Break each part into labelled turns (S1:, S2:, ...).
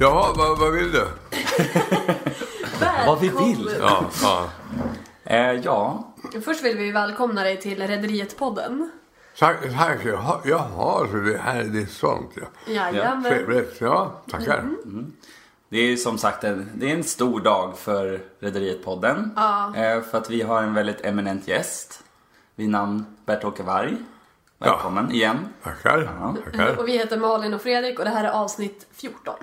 S1: Jaha, vad, vad vill du?
S2: Vad vi vill.
S1: Ja, ja.
S2: Eh, ja,
S3: Först vill vi ju välkomna dig till Rederiet-podden.
S1: Tack, tack. Jaha, jaha, så det här det är sånt ja.
S3: Jajamän.
S1: Trevligt. Ja, tackar.
S2: det är ju som sagt en, det är en stor dag för Rederiet-podden.
S3: Ja.
S2: Eh, för att vi har en väldigt eminent gäst vid namn Bert-Åke Varg. Välkommen igen.
S1: Tackar. tackar.
S3: Och vi heter Malin och Fredrik och det här är avsnitt 14.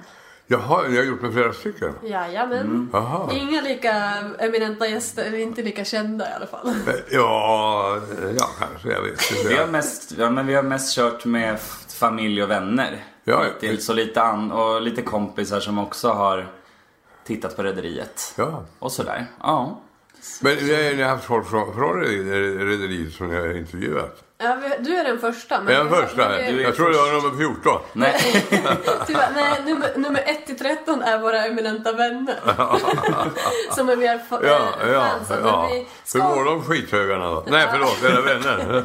S1: Jaha, ni har gjort med flera stycken?
S3: Jajamän.
S1: Jaha.
S3: Inga lika eminenta gäster, inte lika kända i alla fall.
S1: Ja, ja kanske. Jag vet inte.
S2: Vi har, mest, ja, men vi har mest kört med f- familj och vänner.
S1: Ja,
S2: Till, så lite an, och lite kompisar som också har tittat på Rederiet.
S1: Ja.
S2: Och sådär. Ja.
S1: Men ni ni har haft folk från, från rederiet som ni har intervjuat?
S3: Ja, vi- du är den första.
S1: Är
S3: Men
S1: jag den
S3: vi har-
S1: första?
S3: men vi-
S1: Jag tror det var nummer 14.
S2: Nej,
S3: Tyvärr, nej, nummer, nummer 1 till 13 är våra eminenta vänner. Som är mer fa-
S1: Ja,
S3: eh,
S1: ja,
S3: fans av, men
S1: ja.
S3: vi
S1: Hur mår
S3: ska,
S1: de skithögarna då? Nej, förlåt, era vänner.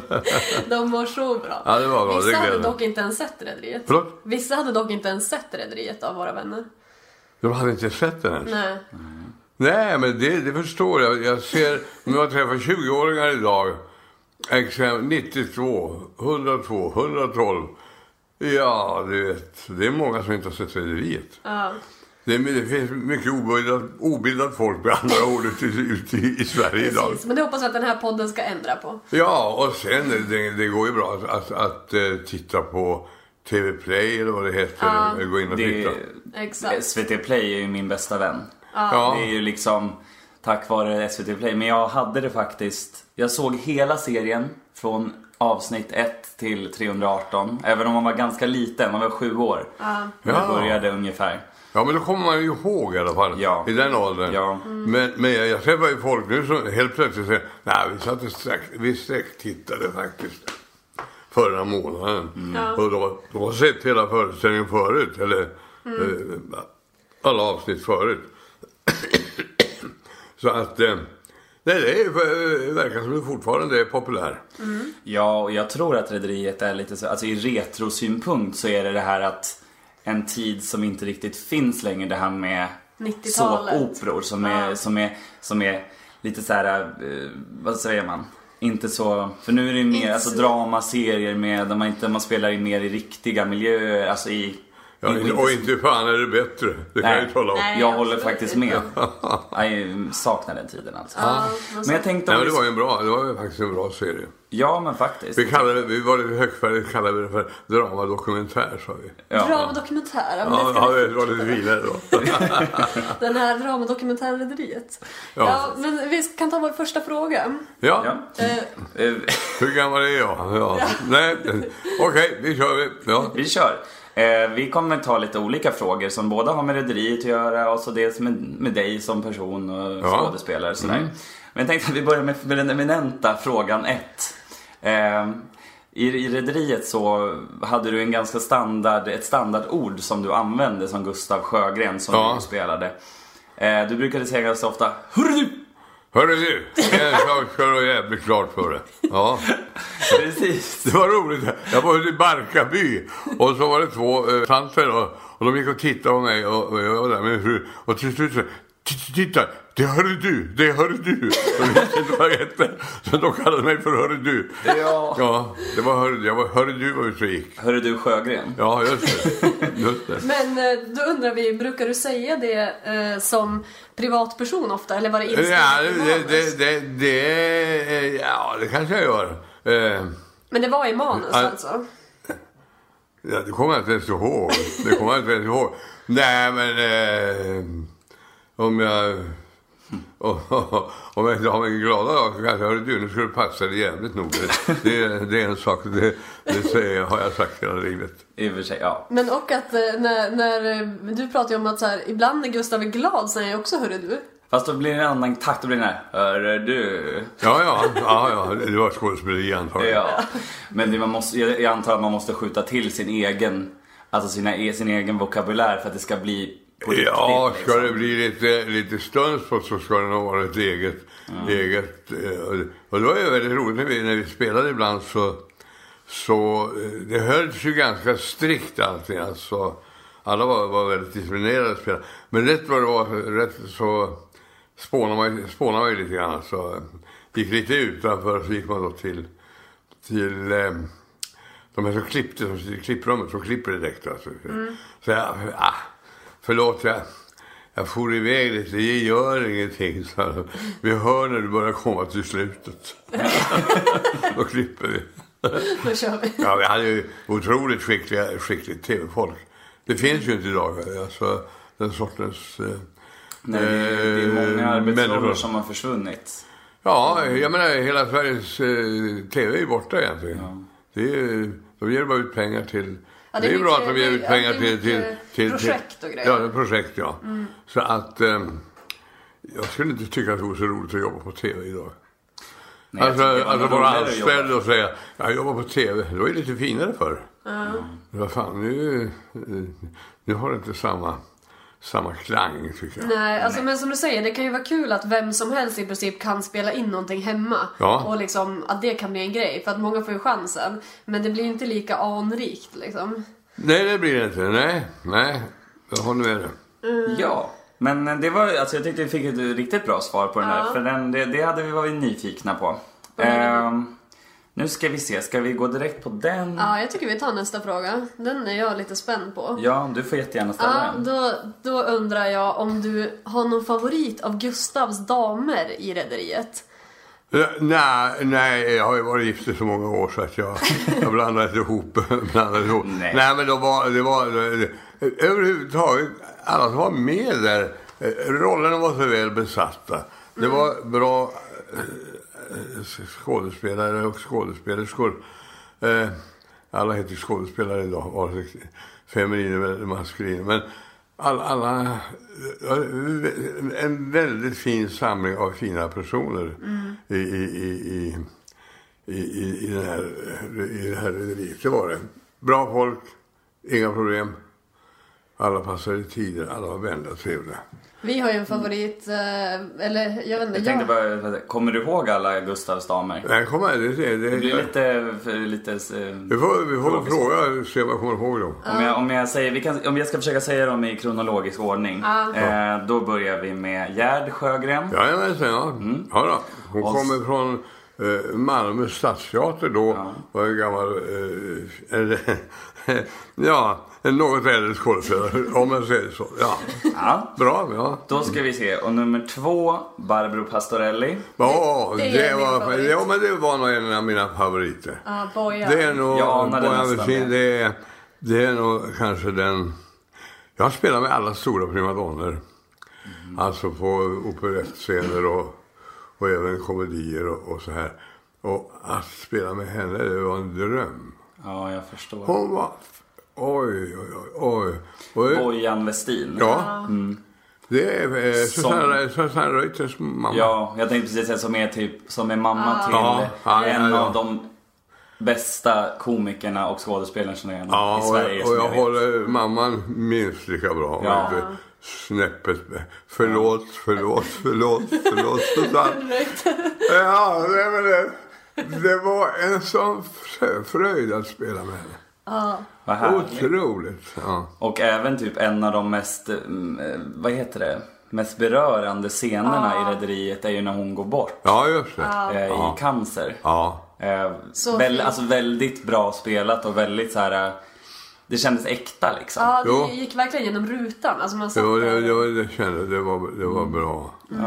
S3: De mår så bra.
S1: Ja, det var bra, det
S3: Vissa hade
S1: gläder mig.
S3: dock inte ens sett Rederiet.
S1: Förlåt?
S3: Vissa hade dock inte ens sett Rederiet av våra vänner.
S1: De hade inte sett den ens.
S3: Nej.
S1: Nej, men det, det förstår jag. Jag ser, om jag träffar 20-åringar idag, exempel 92, 102, 112. Ja, du vet, det är många som inte har sett Rederiet.
S3: Ja.
S1: Det, är- det finns mycket obildat, obildat folk med andra ord ute, i- ute i, i Sverige idag.
S3: Precis, men det hoppas jag att den här podden ska ändra på.
S1: Ja, och sen det, det går ju bra att, att, att eh, titta på TV Play eller vad det heter. eller Gå in och
S2: det
S1: titta.
S3: Exakt.
S2: SVT Play är ju min bästa vän.
S1: Ja.
S2: Det är ju liksom tack vare SVT Play. Men jag hade det faktiskt. Jag såg hela serien från avsnitt 1 till 318. Även om man var ganska liten, man var sju år. När det
S1: Ja.
S2: började ungefär.
S1: Ja, men då kommer man ju ihåg i alla fall.
S2: Ja.
S1: I den åldern.
S2: Ja.
S1: Men, men jag, jag träffar ju folk nu som helt plötsligt säger nej, vi satt och strax, vi sträcktittade faktiskt förra månaden.
S2: Mm.
S1: Och då, de har sett hela föreställningen förut, eller eh, alla avsnitt förut. Så att, eh, nej, det är, eh, verkar som det fortfarande är populär.
S2: Ja, och jag tror att Rederiet är lite så, alltså i retrosynpunkt så är det det här att en tid som inte riktigt finns längre, det här med
S3: 90-talet.
S2: såpoperor som är,
S3: Ja.
S2: som är, som är lite så här, eh, vad säger man? Inte så, för nu är det ju mer
S3: Inte
S2: alltså,
S3: så-
S2: dramaserier med, där man, inte, man spelar in mer i riktiga miljöer, alltså i...
S1: Ja,
S2: i-
S1: och inte fan är det bättre, det kan
S2: Nej.
S1: jag ju tala om.
S3: Nej.
S2: Jag håller
S3: absolut
S2: faktiskt med. Jag saknar den tiden alltså. men jag tänkte
S1: Nej, men
S2: om
S1: det
S2: vi-
S1: var ju en bra, det var ju faktiskt en bra serie.
S2: Ja men faktiskt.
S1: Vi kallade vi var lite högfärdigt kallade vi det för dramadokumentär sa vi.
S2: Ja.
S3: Dramadokumentär. Ja, men det
S1: Ja,
S3: ska
S1: ja
S3: vi-
S1: det var lite finare då.
S3: Den här dramadokumentären Rederiet. Ja.
S1: Ja.
S3: men vi kan ta vår första fråga.
S1: Ja,
S2: Ja.
S3: Eh,
S2: Eh,
S1: hur gammal är jag? Ja. Nej, okej, vi kör vi. Ja.
S2: Vi kör. Eh, vi kommer ta lite olika frågor som båda har med rederiet att göra och så dels med, med dig som person och
S1: Ja. Mm.
S2: skådespelare och sådär. Men jag tänkte att vi börjar med, med den eminenta frågan ett. Eh, I i rederiet så hade du en ganska standard, ett standardord som du använde som Gustav Sjögren som
S1: Ja.
S2: du spelade. Eh, du brukade säga ganska ofta Hörru du!
S1: Hörru du, en sak ska du ha jävligt klart för dig. Ja.
S2: Precis.
S1: Det var roligt. Jag var i Barkarby och så var det två eh, tanter och, och de gick och tittade på mig och, och jag var där med min fru och till slut så "Titta, Titta, det hörde du, det hörde du. Jag visste inte vad jag hette. Så de kallade mig för Hörru du.
S2: Ja.
S1: Ja, det var Hörru du. Jag var Hörru du var ute och gick.
S2: Hörru du Sjögren.
S1: Ja, just det. Just det.
S3: men eh, då undrar vi, brukar du säga det eh, som privatperson ofta? Eller var det inskrivet
S1: Ja,
S3: i
S1: det,
S3: manus?
S1: det, det, det, ja, det kanske jag gör. Eh,
S3: Men det var i manus
S1: Ja.
S3: alltså?
S1: Ja, det kommer jag inte ens ihåg. Det kommer jag inte ens ihåg. Nej, men eh, om jag... Om jag inte har min glada dag så kanske hörru du, nu skulle det passa dig jävligt nog. Det, det, det är en sak, det, det säger, jag- har jag sagt hela livet.
S2: I och för sig, ja.
S3: Men och att eh, när, när eh, du pratar ju om att så här, ibland när Gustav är glad säger jag också hörru du.
S2: Fast då blir det en annan takt, då blir det den här Hörru du.
S1: Ja, ja, ja, ja det var skådespeleri antagligen.
S2: Ja, men det, man måste, jag jag antar att man måste skjuta till sin egen, alltså sina, e- sin egen vokabulär för att det ska bli på riktigt.
S1: Ja,
S2: liksom.
S1: ska det bli lite, lite stunds på så ska det nog vara ett eget. eget eh, och- och det var ju väldigt roligt när vi, när vi spelade ibland så, så eh, det hölls ju ganska strikt allting. Alltså, alla var, var väldigt disciplinerade spelare. Men rätt vad det var rätt så spånade man, ju- spånade man ju lite grann. Så eh, gick lite utanför så gick man då till, till eh, de här som klippte, som sitter i klipprummet, som klipper direkt. Alltså. Så jag, ah, förlåt jag, jag for iväg lite, det gör ingenting. Så här, vi hör när du börjar komma till slutet. då klipper vi.
S3: Då kör vi.
S1: Ja, vi hade ju otroligt skickliga, skickligt tv-folk. Det finns ju inte idag, alltså den sortens... Eh,
S2: Nej, det, är- det är många
S1: eh,
S2: arbetsroller
S1: människor.
S2: som har försvunnit.
S1: Ja, jag menar hela Sveriges eh, TV är ju borta egentligen. Det är, ju- de ger bara ut pengar till...
S3: Ja, det
S1: det,
S3: är
S1: är ju bra
S3: mycket-
S1: att de ger
S3: det-
S1: ut
S3: ja,
S1: pengar
S3: det är
S1: till, till,
S3: mycket
S1: till...
S3: projekt och grejer. Mm.
S1: Ja, det är projekt ja. Så att... ehm, jag skulle inte tycka att det vore så roligt att jobba på TV idag.
S2: Nej, jag
S1: alltså
S2: tycker det var
S1: alltså vara
S2: nog roligare att jobba.
S1: anställd och säga jag jobbar på TV. Det var ju lite finare förr. Men Vad fan, nu, eh, nu har det inte samma, samma klang tycker jag.
S3: Nej, alltså, men som du säger, det kan ju vara kul att vem som helst i princip kan spela in någonting hemma.
S1: Ja.
S3: Och liksom att det kan bli en grej, för att många får ju chansen. Men det blir ju inte lika anrikt liksom.
S1: Mm. Nej, det blir det inte. Nej, nej. Jag håller med dig.
S2: Ja, men det var, alltså jag tyckte vi fick ett riktigt bra svar på den där. För den, det, det hade vi varit nyfikna på. Ehm, nu ska vi se, ska vi gå direkt på den?
S3: Ja, jag tycker vi tar nästa fråga. Den är jag lite spänd på.
S2: Ja, du får jättegärna ställa
S3: Ja,
S2: den.
S3: då, då undrar jag om du har någon favorit av Gustavs damer i Rederiet?
S1: Ja, Eh, Nej, nej, jag har ju varit gift i så många år så att jag, jag blandar inte ihop. blandar ihop.
S2: Nej.
S1: men då var, det var eh, överhuvudtaget alla som var med där, eh, rollerna var så väl besatta. Det var bra eh, skådespelare och skådespelerskor. Eh, Alla heter skådespelare idag, vare sig feminin eller maskulin. Men alla, alla, en väldigt fin samling av fina personer i, i, i, i, i, i, i, den här, i det här rederiet. Det var det. Bra folk, inga problem. Alla passade i tider, alla var vänliga och trevliga.
S3: Vi har ju
S1: Mm.
S3: en favorit, eh, eller jag vet inte.
S2: Jag tänkte bara, kommer du ihåg alla Gustavs damer?
S1: Nej, kom här, det, det,
S2: Det blir
S1: det,
S2: lite, för- lite eh,
S1: vi får, vi får fråga och se om jag kommer ihåg dem.
S2: Om jag, om, jag säger, vi kan, om jag ska försöka säga dem i kronologisk ordning. Eh, då börjar vi med Gerd Sjögren.
S1: Jajamensan, ja. ja då. Hon kommer från eh, Malmö stadsteater då. Var en gammal... Eh, en, ja, en något äldre skådespelare, om man säger så. Ja.
S2: Ja.
S1: Bra, ja.
S2: Då ska vi se. Och nummer två, Barbro Pastorelli.
S1: Ja,
S3: Det-
S1: det,
S3: det är min
S1: var,
S3: favorit.
S1: ja, men det var nog en av mina favoriter.
S3: Ja, Boja.
S1: Det är nog...
S2: Jag anade
S1: Bojan
S2: nästan
S1: Westin,
S2: det.
S1: det, är, det är nog kanske den... Jag har spelat med alla stora primadonner.
S2: Mm.
S1: Alltså på operettscener och, och även komedier och, och så här. Och att spela med henne, det var en dröm.
S2: Ja, jag förstår.
S1: Hon var... Oj, oj, oj. oj. och,
S2: Bojan Westin.
S1: ja.
S2: Mm.
S1: Det är eh, Susanne, Susanne Reuters mamma.
S2: Ja, jag tänkte precis säga som är typ, som är mamma till
S1: Ja, ja,
S2: en
S1: ja, ja.
S2: av de bästa komikerna och skådespelerna
S1: Ja,
S2: i
S1: och,
S2: Sverige.
S1: jag,
S2: som
S1: och jag
S2: vet.
S1: håller mamman minst lika bra. om
S2: Ja.
S1: Inte snäppet. Förlåt, förlåt, förlåt, förlåt Susanne. Ja, det, var det, det var en sån frö- fröjd att spela med henne.
S2: Vad härligt.
S1: Otroligt. Ja.
S2: Och även typ en av de mest, mm, eh, vad heter det, mest berörande scenerna i Rederiet är ju när hon går bort
S1: ja, just det.
S2: eh, i cancer.
S1: Ja.
S2: Eh,
S3: Så
S2: väl,
S3: fint.
S2: alltså väldigt bra spelat och väldigt så här. eh, Det kändes äkta liksom.
S3: Ja, det
S1: Jo.
S3: gick verkligen genom rutan. Alltså man
S1: Det,
S3: satt
S1: var, det,
S3: där.
S1: det, var, det kände det var, det var bra.
S3: Mm.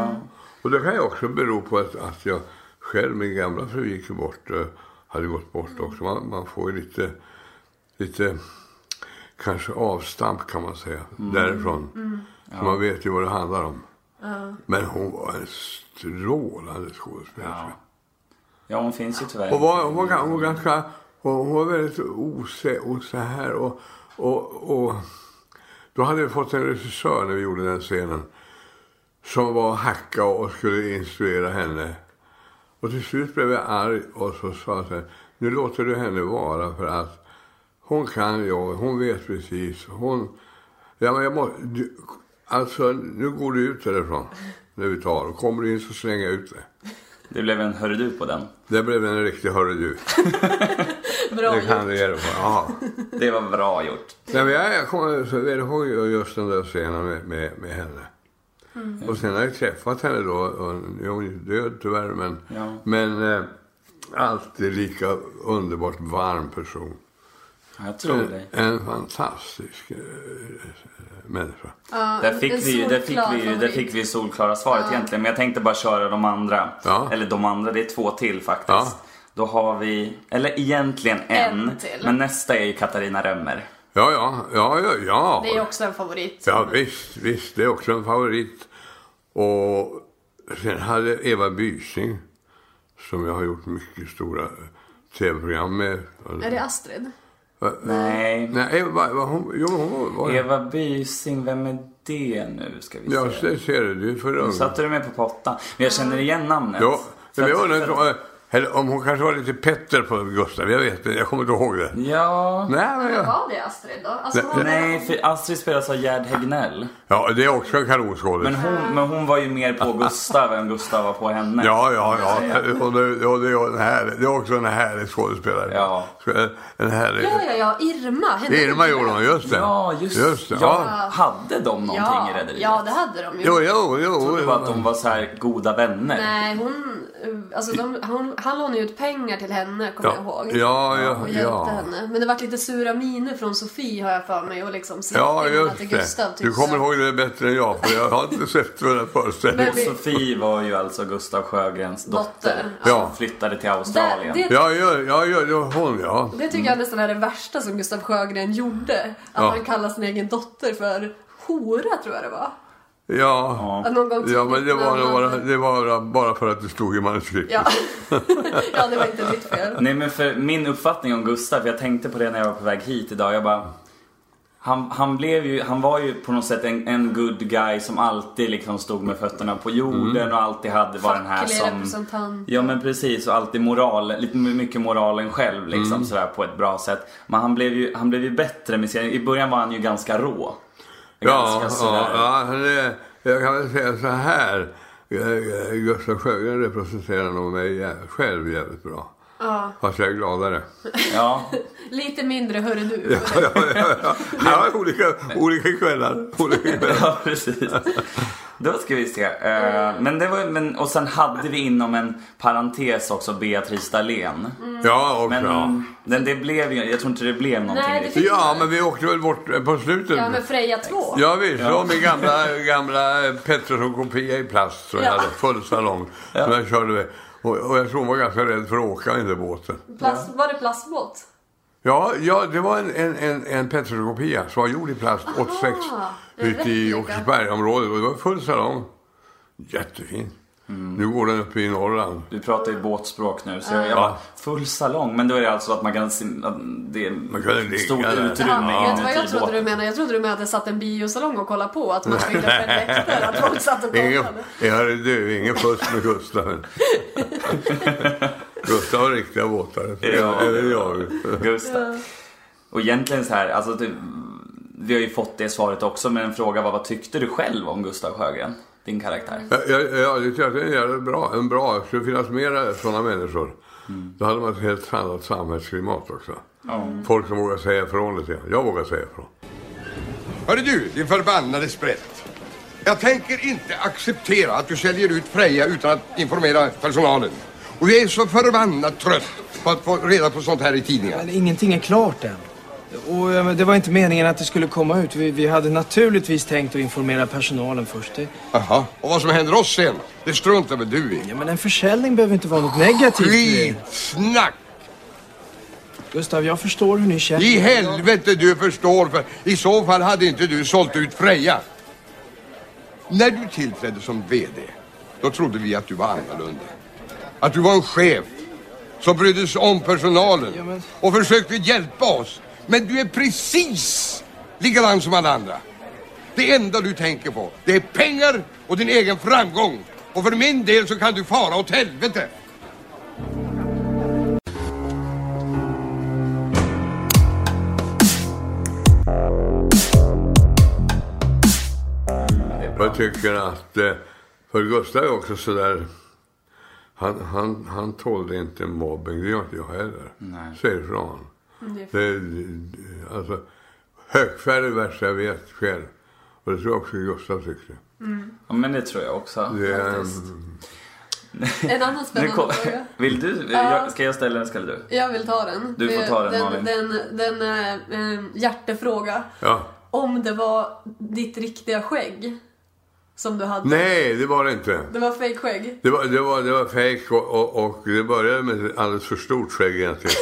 S1: Och det kan ju också bero på att, att jag själv, min gamla fru gick ju bort, eh, hade gått bort också. Man, man får ju lite, lite kanske avstamp kan man säga, därifrån. Så man vet ju vad det handlar om. Men hon var en strålande skådespelerska.
S2: Ja, hon finns ju tyvärr.
S1: Hon var, hon var, ga- hon var ganska... Hon, hon var väldigt osä och så här. Och, och, och, då hade vi fått en regissör när vi gjorde den scenen. Som var hacka och skulle instruera henne. Och till slut blev jag arg och så sa jag så här, nu låter du henne vara för att hon kan jobbet, hon vet precis. Hon, ja, men jag må, du, alltså nu går du ut därifrån när vi tar och kommer du in så slänger jag ut dig.
S2: Det blev en hördu på den.
S1: Det blev en riktig hörru du.
S3: Bra
S1: Det kan
S3: gjort.
S1: du göra. Jaha.
S2: Det var bra gjort.
S1: Nej, men jag, jag kommer så väl ihåg ju just den där scenen med, med, med henne.
S3: Mm.
S1: Och sen har jag träffat henne då. Och, jo, hon är ju död tyvärr, men,
S2: Ja.
S1: men eh, alltid lika underbart varm person.
S2: Ja, Jag tror dig.
S1: En fantastisk eh, människa.
S3: Ja,
S2: Där fick,
S3: en
S2: vi, ju- där, fick
S3: solklar
S2: vi, ju- där
S3: favorit.
S2: fick vi ju solklara svaret egentligen. Men jag tänkte bara köra de andra.
S1: Ja.
S2: Eller de andra, det är två till faktiskt.
S1: Ja.
S2: Då har vi, eller egentligen en.
S3: En till.
S2: Men nästa är ju Katarina Remmer.
S1: Ja, ja, ja, ja. ja.
S3: Det är också en favorit.
S1: Ja visst, visst, det är också en favorit. Och sen hade Eva Bysing, som jag har gjort mycket stora tv-program med.
S3: Är det Astrid?
S2: Mm. Nej.
S1: Nej, Eva, var hon, jo, hon var... Eva.
S2: Eva Bysing, vem är det nu ska vi se.
S1: Ja, det ser du, du är för ung.
S2: Satte du mig på pottan? Men jag känner igen namnet.
S1: Ja,
S2: Så
S1: men
S2: att-
S1: jag
S2: så att-
S1: undrar eller om hon kanske var lite Petter på Gustav, jag vet inte, jag kommer inte ihåg det.
S2: Ja.
S1: Nej, men jag,
S3: Var det Astrid då? Alltså,
S1: Nej,
S3: var det-
S2: Nej, för Astrid spelas av Gerd Hegnell.
S1: ja, det är också en
S2: Men
S1: kanonskådis.
S2: hon, men hon var ju mer på Gustav än Gustav var på henne.
S1: Ja, ja, ja. Och det, och det, är en härlig, det är också en härlig skådespelare.
S2: Ja.
S1: En härlig...
S3: Ja, ja, ja. Irma. hette
S1: Irma
S3: hon.
S1: gjorde hon, just det.
S2: Ja, just,
S1: Just det, ja.
S2: ja. Hade de någonting
S3: Ja,
S2: i Rederiet?
S3: ja, det hade de ju.
S1: Jo, jo, jo.
S2: Jag trodde bara att de var så här goda vänner.
S3: Nej, hon, eh, alltså de, hon, han lånade ut pengar till henne, kommer jag
S1: ja.
S3: ihåg.
S1: Ja,
S3: Och
S1: ja,
S3: hjälpte
S1: ja.
S3: henne. Men det vart lite sura miner från Sofie har jag för mig och liksom
S1: Ja,
S3: släktingarna
S1: just
S3: till
S1: det.
S3: Gustav typ.
S1: Du
S3: tyckte
S1: kommer ihåg det bättre än jag, för jag har inte sett den här föreställningen.
S3: Men vi-
S2: Sofie var ju alltså Gustav Sjögrens dotter.
S3: Dotter.
S1: Ja.
S2: Flyttade till
S3: Där,
S2: Australien.
S3: det,
S1: Ja, ja, ja, ja, ja, hon ja. Mm.
S3: det tycker jag nästan är det värsta som Gustav Sjögren gjorde. Att
S1: Ja.
S3: han kallar sin egen dotter för hora, tror jag det var.
S1: Ja,
S3: Att någon gång typ
S1: ja men det
S3: tidigt
S1: var,
S3: när
S1: nog
S3: han-
S1: bara, det var bara för att det stod i manuskriptet.
S3: Ja. ja, det var inte ditt fel.
S2: Nej men för min uppfattning om Gustav, jag tänkte på det när jag var på väg hit idag. Jag bara... Han, han, blev ju, han var ju på något sätt en, en good guy som alltid liksom stod med fötterna på jorden
S1: Mm.
S2: och alltid hade var den här
S3: Facklig
S2: Äh, som...
S3: representant.
S2: Ja men precis och alltid moral, lite mycket moralen själv liksom
S1: Mm.
S2: sådär på ett bra sätt. Men han blev ju, han blev ju bättre med serien. I början var han ju ganska rå.
S1: Ja,
S2: Ganska sådär-
S1: ja, ja det, jag kan väl säga så här. Eh, Gustav Sjögren representerar nog mig jä- själv jävligt bra.
S3: Ja.
S1: Fast jag är gladare.
S2: ja.
S3: Lite mindre, hörru du.
S1: ja, ja, ja. ja olika, olika kvällar. Olika kvällar.
S2: Ja, precis. Då ska vi se. Eh, Men det var, men, och sen hade vi inom en parentes också Beatrice Dahlén.
S3: Mm.
S1: Ja, och
S2: Men
S1: ja.
S2: den, det blev ju, jag tror inte det blev någonting
S3: Nej, det
S2: riktigt.
S3: fick-
S1: ja, men vi åkte väl bort eh, på slutet.
S3: Ja, men Freja 2.
S1: Ja visst, ja. min gamla, gamla eh, Pettersson-kopia i plast som jag
S3: Ja.
S1: hade, full salong. Som jag körde med. Och, och jag tror hon var ganska rädd för att åka i den där båten.
S3: Plast, var det plastbåt?
S1: Ja, ja det var en, en, en, en Pettersson-kopia som var gjord i plast 86
S3: en
S1: ute i
S3: replika.
S1: Åkersbergsområdet. Och det var full salong. Jättefin. Nu går den uppe i Norrland.
S2: Du pratar ju båtspråk nu så jag, jag bara, full salong. Men då är det alltså att man kan se, att det är
S1: kan ligga
S2: stort
S1: där.
S2: utrymme
S3: Ja, vet du vad jag trodde
S2: inuti
S3: du
S2: båten.
S3: menade? Jag trodde du menade att det satt en biosalong och kollade på. Att man skulle upp en läktare. Att folk satt och
S1: Ingen,
S3: kollade.
S1: ja, du, ingen fusk med Gustav. Gustav har riktiga båtar.
S2: Ja.
S1: Eller jag.
S2: Gustav. Och egentligen så här, alltså typ, vi har ju fått det svaret också men en fråga var vad tyckte du själv om Gustav Sjögren? Din karaktär.
S3: Mm.
S1: Ja, ja, ja, jag tycker att det är en jävla bra. En bra. Det skulle finnas mera sådana människor. Då hade man ett helt annat samhällsklimat också. Folk som vågar säga ifrån lite grann. Jag vågar säga ifrån.
S4: Hörru du, din förbannade sprätt. Jag tänker inte acceptera att du säljer ut Freja utan att informera personalen. Och jag är så förbannat trött på att få reda på sånt här i tidningarna.
S5: Men ingenting är klart än. Och eh, men det var inte meningen att det skulle komma ut. Vi, vi hade naturligtvis tänkt att informera personalen först. Det,
S4: Jaha, och vad som händer oss sen, det struntar väl du i?
S5: ja, men en försäljning behöver inte vara något negativt. Irene.
S4: Skitsnack!
S5: Gustav, jag förstår hur ni känner.
S4: I helvete du förstår för i så fall hade inte du sålt ut Freja. När du tillträdde som VD, då trodde vi att du var annorlunda. Att du var en chef som brydde sig om
S5: Ja,
S4: personalen
S5: men-
S4: och försökte hjälpa oss. Men du är precis likadan som alla andra. Det enda du tänker på, det är pengar och din egen framgång. Och för min del så kan du fara åt helvete.
S1: Jag tycker att, eh, för Gustav är också sådär, Han, han, han tålde inte mobbing, det gör inte jag heller.
S2: Nej.
S1: Säger ifrån.
S3: Det är f-
S1: Det, alltså, högfärd är det värsta jag vet själv. Och det tror jag också Gustav tyckte.
S2: Ja, men det tror jag också.
S1: Det är,
S2: faktiskt.
S3: En annan
S2: Nu
S3: spännande
S2: kom,
S3: fråga.
S2: vill du? Jag, ska jag ställa den ska du?
S3: Jag vill ta den.
S2: Du får ta den,
S3: Den,
S2: Malin.
S3: den, den är en hjärtefråga.
S1: ja.
S3: Om det var ditt riktiga skägg som du hade.
S1: Nej, det var det inte.
S3: Det var fejkskägg.
S1: Det var, det var, det var fejk och, och, och det började med ett alldeles för stort skägg egentligen.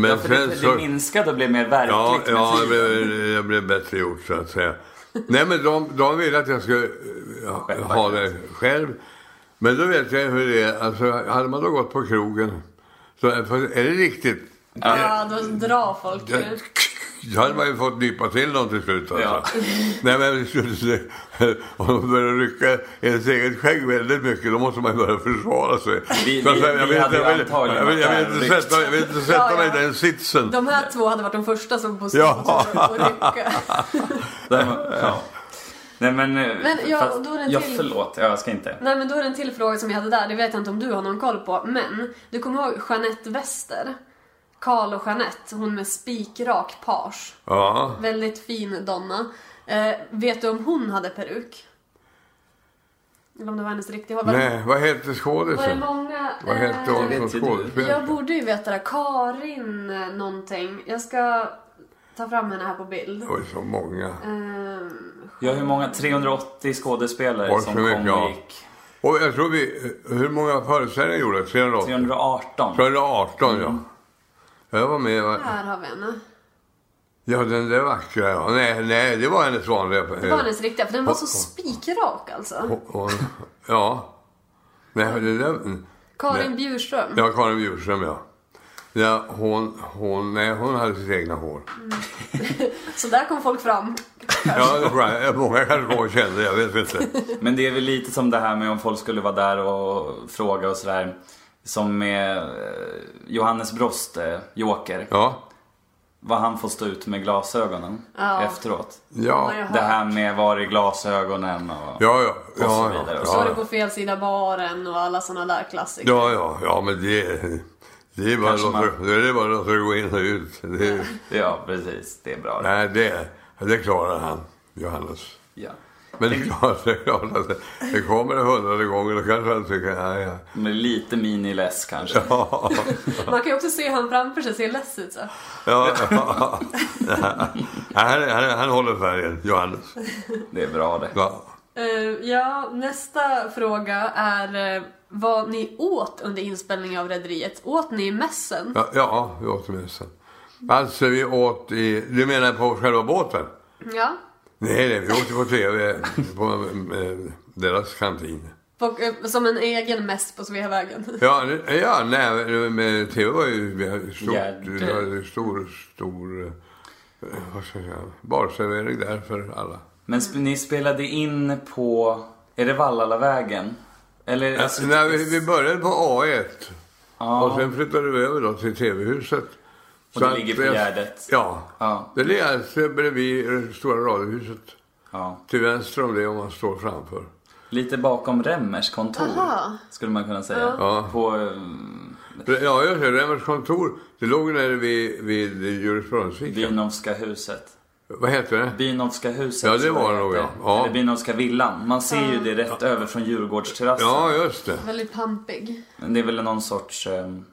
S1: Men
S2: För det, det minskade och blev mer verkligt
S1: Ja,
S2: med
S1: ja jag,
S2: tiden.
S1: blev, jag blev bättre gjort så att säga. Nej men de, de ville att jag skulle eh, ha-
S2: Själv,
S1: ha det själv. Men då vet jag hur det är. Alltså, hade man då gått på krogen. Så för, är det riktigt?
S3: Ja, Ah, då drar folk
S1: Ja,
S3: ju.
S1: Då hade man ju fått nypa till dem till slut alltså.
S2: Ja.
S1: Nej men om de börjar rycka ens eget skägg väldigt mycket då måste man ju börja försvara sig.
S2: Vi-
S1: Så att
S2: vi-
S1: säga, jag
S2: vi
S1: vill-
S2: hade ju
S1: jag vill-
S2: antagligen
S1: jag vill- jag vill
S2: varit
S1: inte
S2: där.
S1: sätta- Jag vill inte sätta
S3: Ja,
S1: mig i
S3: ja.
S1: den sitsen.
S3: De här två hade varit de första som på
S1: Ja.
S3: och rycka.
S2: Där var- ja. Nej men... Men
S3: ja, och då är det en
S2: Ja,
S3: till.
S2: förlåt. Ja, jag ska inte.
S3: Nej men då är det en till fråga som jag hade där, det vet jag inte om du har någon koll på. Men, du kommer ihåg Jeanette Wester? Karl och Jeanette, hon med spikrak page.
S1: Ja.
S3: Väldigt fin donna. Eh, vet du om hon hade peruk? Eller om det var hennes riktiga hår? Var det-
S1: Nej, vad hette
S3: Var det
S1: skådisen?
S3: många...
S1: Vad
S3: eh,
S1: hette hon
S2: Det
S1: som
S2: vet ju du.
S1: skådespelare?
S3: Jag borde ju veta det. Karin eh, någonting. Jag ska ta fram henne här på bild.
S1: Det var ju så många.
S3: Ehm,
S2: Ja, hur många? 380 skådespelare
S1: Oj,
S2: som
S1: för mycket,
S2: kom och
S1: ja.
S2: gick.
S1: Och jag tror vi... Hur många föreställningar gjorde jag? 318?
S2: 318.
S1: 318,
S2: Mm.
S1: ja. Jag var med. va?
S3: här har vi henne.
S1: Ja, den där vackra, ja. Nej, nej, det var hennes vanliga...
S3: Det var hennes riktiga, för den var så spikrak alltså.
S1: Och- och- Ja. Nej, det där...
S3: Karin
S1: Nej.
S3: Bjurström.
S1: Ja, Karin Bjurström, ja. Ja, hon, hon, nej, hon hade sitt egna hår.
S3: Så där kom folk fram.
S1: Ja, det tror jag. många kanske var och kände, jag vet inte.
S2: Men det är väl lite som det här med om folk skulle vara där och fråga och sådär. Som med eh, Johannes Brost, eh, Joker.
S1: Ja,
S2: Vad han får stå ut med glasögonen
S3: Ja.
S2: efteråt.
S1: ja, ja,
S2: Det här med var är glasögonen och...
S1: ja. ja, ja,
S2: vidare.
S3: Står
S1: ja,
S3: det på fel sida baren och alla sådana där klassiker.
S1: Ja, ja, ja, men det, det är bara att
S2: Kanske
S1: låta, det är bara att låta det gå in och ut. Det,
S2: Ja, precis. Det är bra.
S1: nej, det, det klarar han, Johannes.
S2: Ja.
S1: Men det är klart, det, är klart att det, det kommer det hundrade gånger då kanske han tycker, nej, ja.
S2: Med lite miniless kanske.
S1: Ja,
S3: Man kan ju också se han framför sig, ser less ut så.
S1: ja, ja. Han, han, han håller färgen, Johannes.
S2: Det är bra det.
S1: Ja.
S3: Eh, ja, nästa fråga är eh, vad ni åt under inspelningen av Rederiet. Åt ni i mässen?
S1: Ja, ja, vi åt mässan. Alltså vi åt i, du menar på själva båten?
S3: Ja.
S1: Nej, nej, vi åt ju på tv, på eh, deras kantin.
S3: Och, eh, som en egen mäss på Sveavägen.
S1: Ja, det- ja nej, men tv var ju vi hade stort,
S2: Gärde.
S1: vi hade stor, stor, eh, vad ska jag säga, barservering där för alla.
S2: Men sp- ni spelade in på... Är det Vallalavägen? Eller? alltså-
S1: nej, vi, vi började på A1
S2: Ja.
S1: och sen flyttade vi över då till tv-huset. Så
S2: Och det
S1: att
S2: ligger på
S1: jag-
S2: Gärdet?
S1: Ja,
S2: Ja.
S1: det ligger alltså bredvid det stora radiohuset.
S2: ja.
S1: Till vänster om det om man står framför.
S2: Lite bakom Remmers kontor.
S3: Aha.
S2: Skulle man kunna säga.
S1: Ja.
S2: På... mm,
S1: Ja, just det. Remmers kontor, det låg nere vid, vid Djursholmsviken.
S2: Bynovska huset.
S1: Vad heter det?
S2: Bynovska huset.
S1: Ja, det
S2: tror jag
S1: var det nog,
S2: heter.
S1: ja. Ja.
S2: Eller Bynovska villan. Man ser ju det rätt över från Djurgårdsterrassen.
S1: Ja, just det.
S3: Väldigt pampig.
S2: Men det är väl någon sorts... ehm,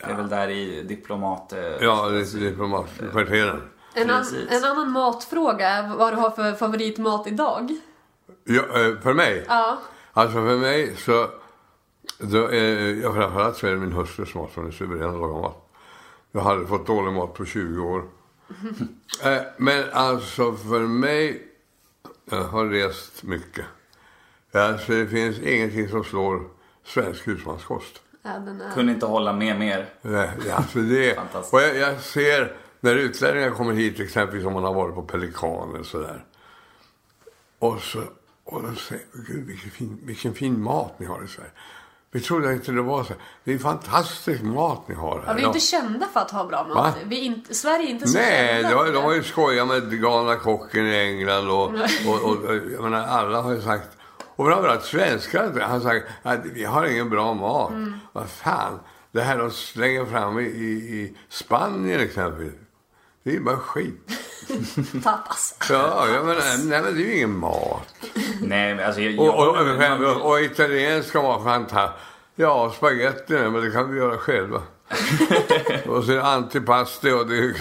S2: Det är väl där i diplomat... eh,
S1: Ja, det det är på Marskvarteren.
S3: En, an,
S2: Precis.
S3: en annan matfråga är vad du har för favoritmat idag.
S1: Ja, eh, för mig?
S3: Ja.
S1: Alltså för mig så... Då, eh, ja, framförallt så är det min hustrus mat som är suverän att laga mat. Jag hade fått dålig mat på 20 år. eh, men alltså för mig... Jag har rest mycket. Alltså det finns ingenting som slår svensk husmanskost.
S3: Ja, den är...
S2: Kunde inte hålla med mer.
S1: Nej, det- alltså det,
S2: Fantastiskt.
S1: och jag, jag ser när utlänningar kommer hit, exempelvis om man har varit på Pelikan eller sådär. Och så och de säger gud vilken fin, vilken fin mat ni har i Sverige. Vi trodde inte det var så. här. Det är fantastisk mat ni har
S3: Ja,
S1: här.
S3: vi är inte kända för att ha bra mat.
S1: Va?
S3: Vi är inte, Sverige är inte så
S1: Nej,
S3: kända.
S1: de, har-
S3: för
S1: de har ju skojat med galna kocken i England och, och, och, jag menar, alla har ju sagt Och framförallt svenskar. Han sa att vi har ingen bra mat. Vad fan, det här de slänger fram i, i, i Spanien exempelvis. Det är ju bara skit.
S3: Tapas.
S1: Ja, jag menar, nej, men det är ju ingen mat.
S2: Nej, men alltså... Jag,
S1: Och, och,
S2: jag-
S1: och, och, och italienska var fantastiskt. Ja, spagetti, men det kan vi göra själva. och så är det antipasti och det,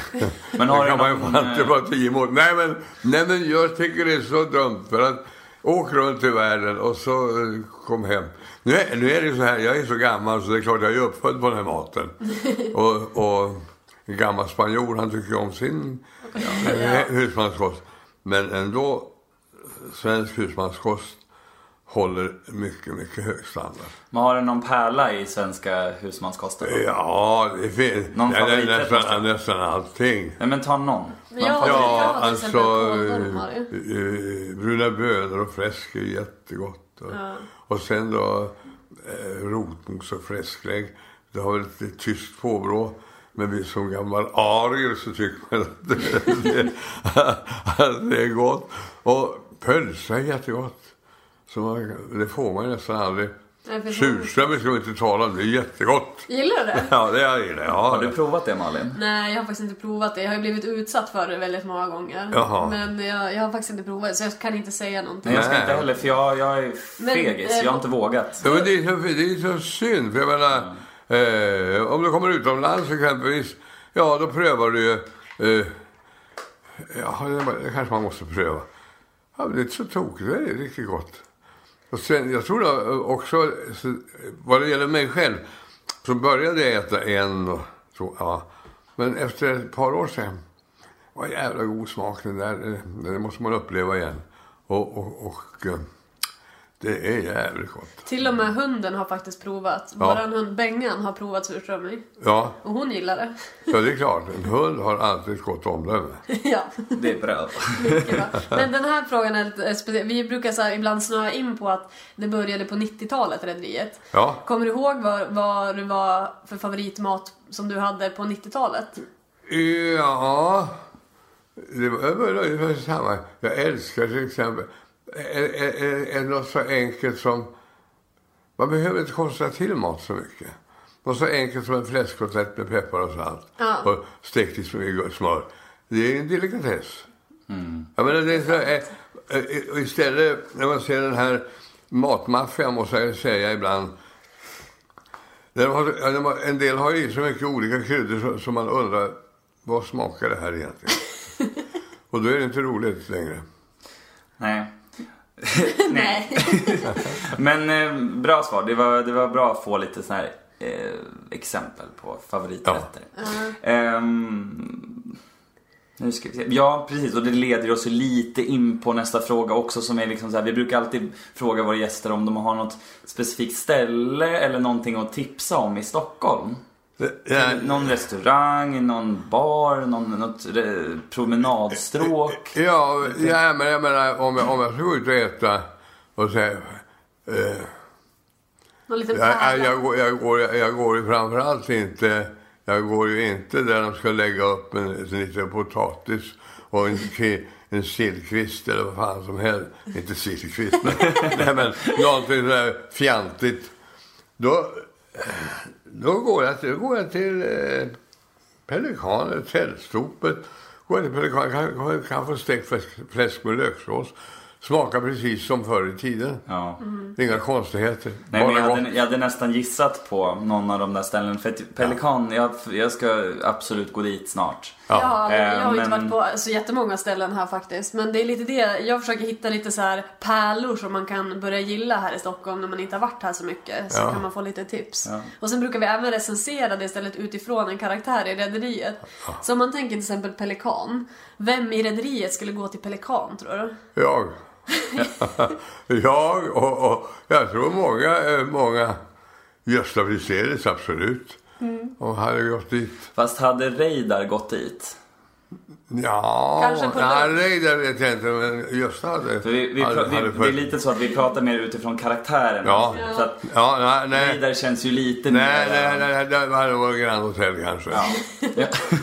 S2: Men har
S1: det kan
S2: du
S1: man ju
S2: någon,
S1: fan inte
S2: eh,
S1: vara tio mot. Nej men, nej men jag tycker det är så dumt för att åk runt i världen och så eh, kom hem. Nu är, nu är det ju så här, jag är så gammal så det är klart jag är uppfödd på den här maten. och, och en gammal spanjor han tycker ju om sin eh, husmanskost. Men ändå, svensk husmanskost håller mycket, mycket hög standard.
S2: Men har du någon pärla i svenska husmanskosten?
S1: Ja, det finns.
S2: Någon
S1: ja, det är
S2: favoriträtt måste-
S1: nästan, nästan allting.
S2: Nej, men ta någon.
S3: Men jag har
S1: Ja,
S3: ja, till
S1: alltså
S3: exempel kåldolmar ju.
S1: eh, eh, bruna bönor och fläsk är jättegott. Och, och sen då eh, rotmos och fläsklägg. Det har väl ett tyst påbrå. Men vi som gammal arier så tycker man att det, att det är gott. Och pölsa är jättegott. Så man, det får man ju nästan aldrig.
S3: Nej, för fan.
S1: Surströmming ska vi inte tala om, det är jättegott.
S3: Gillar du det?
S1: Ja, det är det. Ja,
S2: Har du provat det Malin?
S3: Nej, jag har faktiskt inte provat det. Jag har ju blivit utsatt för det väldigt många gånger.
S1: Jaha.
S3: Men jag, jag har faktiskt inte provat det, så jag kan inte säga någonting.
S2: Nej, jag ska
S1: Nej.
S2: inte heller för jag, jag är
S3: Men,
S2: fegis.
S3: eh,
S2: jag har inte vågat.
S1: Ja, men det, är så, det är så synd, för jag menar, eh, om du kommer utomlands exempelvis, ja då prövar du ju, eh, ja det- det kanske man måste pröva. Ja, men det är inte så tokigt, det är riktigt gott. Och sen, jag tror då eh, också, så, vad det gäller mig själv, så började jag äta en och så, ja. Men efter ett par år sen, vad jävla god smak den där, eh, det måste man uppleva igen. Och, och, och eh, det är jävligt gott.
S3: Till och med hunden har faktiskt provat.
S1: Ja.
S3: Våran hund Bengan har provat surströmming.
S1: Ja,
S3: Och hon gillar det.
S1: ja, det är klart. En hund har alltid ett gott omdöme.
S3: ja.
S2: Det är bröd.
S3: Mycket bra. Men den här frågan är lite eh, speciell. Vi brukar så här ibland snöa in på att det började på 90-talet, rederiet.
S1: Ja.
S3: Kommer du ihåg vad, vad det var för favoritmat som du hade på 90-talet?
S1: Ja, det var väl ungefär samma. Jag älskar till exempel en- en- en- något så enkelt som... Man behöver inte konstla till mat så mycket. Något så enkelt som en fläskkotlett med peppar och salt
S3: Ja.
S1: och stekt i smör- smör. Det är en delikatess. Jag menar, det är så, eh, eh, och istället, när man ser den här matmaffian, måste jag säga ibland. Den har, ja, den har, en del har ju i så mycket olika kryddor så, så man undrar vad smakar det här egentligen? och då är det inte roligt längre.
S2: Nej. Men eh, bra svar. Det var, det var bra att få lite sån här eh, exempel på favoriträtter. Ehm, nu ska vi se. Ja, precis. Och det leder oss ju lite in på nästa fråga också som är liksom så här, vi brukar alltid fråga våra gäster om de har något specifikt ställe eller någonting att tipsa om i Stockholm. Typ
S1: Det- Ja,
S2: Någon restaurang, någon bar, någon, något eh, promenadstråk.
S1: ja, ja, men jag menar om jag, om jag ska gå ut och äta och säga eh,
S3: Någon liten pärla?
S1: Jag, jag, jag, går, jag, går, jag går ju framförallt inte... Jag går ju inte där de ska lägga upp en, en liten potatis och en, ki- en sillkvist eller vad fan som helst. Inte sillkvist, men, nej, men någonting sådär fjantigt. Då, då, går jag till, då går jag till eh, Pelikanen, tältstopet. Går jag till Pelikanen kan, kan, kan få stekt fläsk, fläsk med löksås. Smakar precis som förr i tiden.
S2: Ja.
S1: Det är Inga konstigheter.
S2: Nej, men
S1: Bara
S2: jag,
S1: gott.
S2: hade, jag hade nästan gissat på någon av de där ställen. För att Pelikan, jag, jag ska absolut gå dit snart.
S3: Ja,
S2: Eh,
S3: jag har ju inte
S2: men-
S3: varit på så jättemånga ställen här faktiskt. Men det är lite det, jag försöker hitta lite så här pärlor som man kan börja gilla här i Stockholm när man inte har varit här så mycket. Så
S1: Ja.
S3: kan man få lite tips.
S2: Ja.
S3: Och sen brukar vi även recensera det istället utifrån en karaktär i Rederiet. Så om man tänker till exempel Pelikan. Vem i Rederiet skulle gå till Pelikan tror du?
S1: Jag. jag och, och jag tror många, eh, många Gösta Friselius, absolut.
S3: Mm.
S1: Och hade gått dit.
S2: Fast hade Reidar gått dit?
S1: Ja,
S3: Kanske på
S1: nej,
S3: lunch.
S1: nej, det vet jag inte. Men Gösta hade...
S2: För vi, vi,
S1: hade,
S2: pra-
S1: hade
S2: vi, det är lite så att vi pratar mer utifrån karaktären.
S1: Ja.
S2: Så att
S1: Ja, nej, nej.
S2: Reidar känns ju lite
S1: Nej,
S2: mer... eh,
S1: nej, nej, nej, det hade varit Grand Hotel kanske.
S2: Ja. Ja.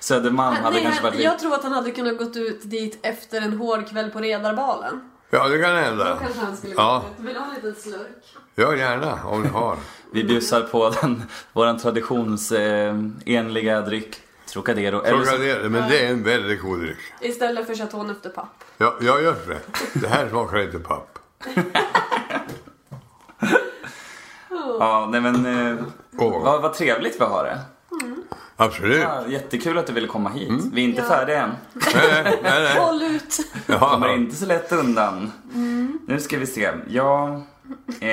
S2: Södermalm hade
S3: Nej,
S2: kanske varit
S3: han,
S2: lite...
S3: jag tror att han hade kunnat gått ut dit efter en hård kväll på Redarbalen.
S1: Ja, det kan hända.
S3: Kanske han skulle
S1: Ja.
S3: ja. Vill du ha en liten slurk?
S1: Ja, gärna om ni har.
S2: Vi bjussar på den, våran traditionsenliga dryck Trocadero. Eller så-
S1: Trocadero, men det är en väldigt god dryck.
S3: Istället för chaton efter papp.
S1: Ja, ja, just det. Det här smakar inte papp.
S2: Ja, nej men eh,
S1: Åh.
S2: vad, vad trevligt vi har det.
S1: Absolut.
S2: Ja, jättekul att du ville komma hit.
S1: Mm.
S2: Vi är inte färdiga än.
S3: Håll ut!
S2: Kommer
S1: Ja.
S2: inte så lätt undan. Nu ska vi se. Ja... Eh,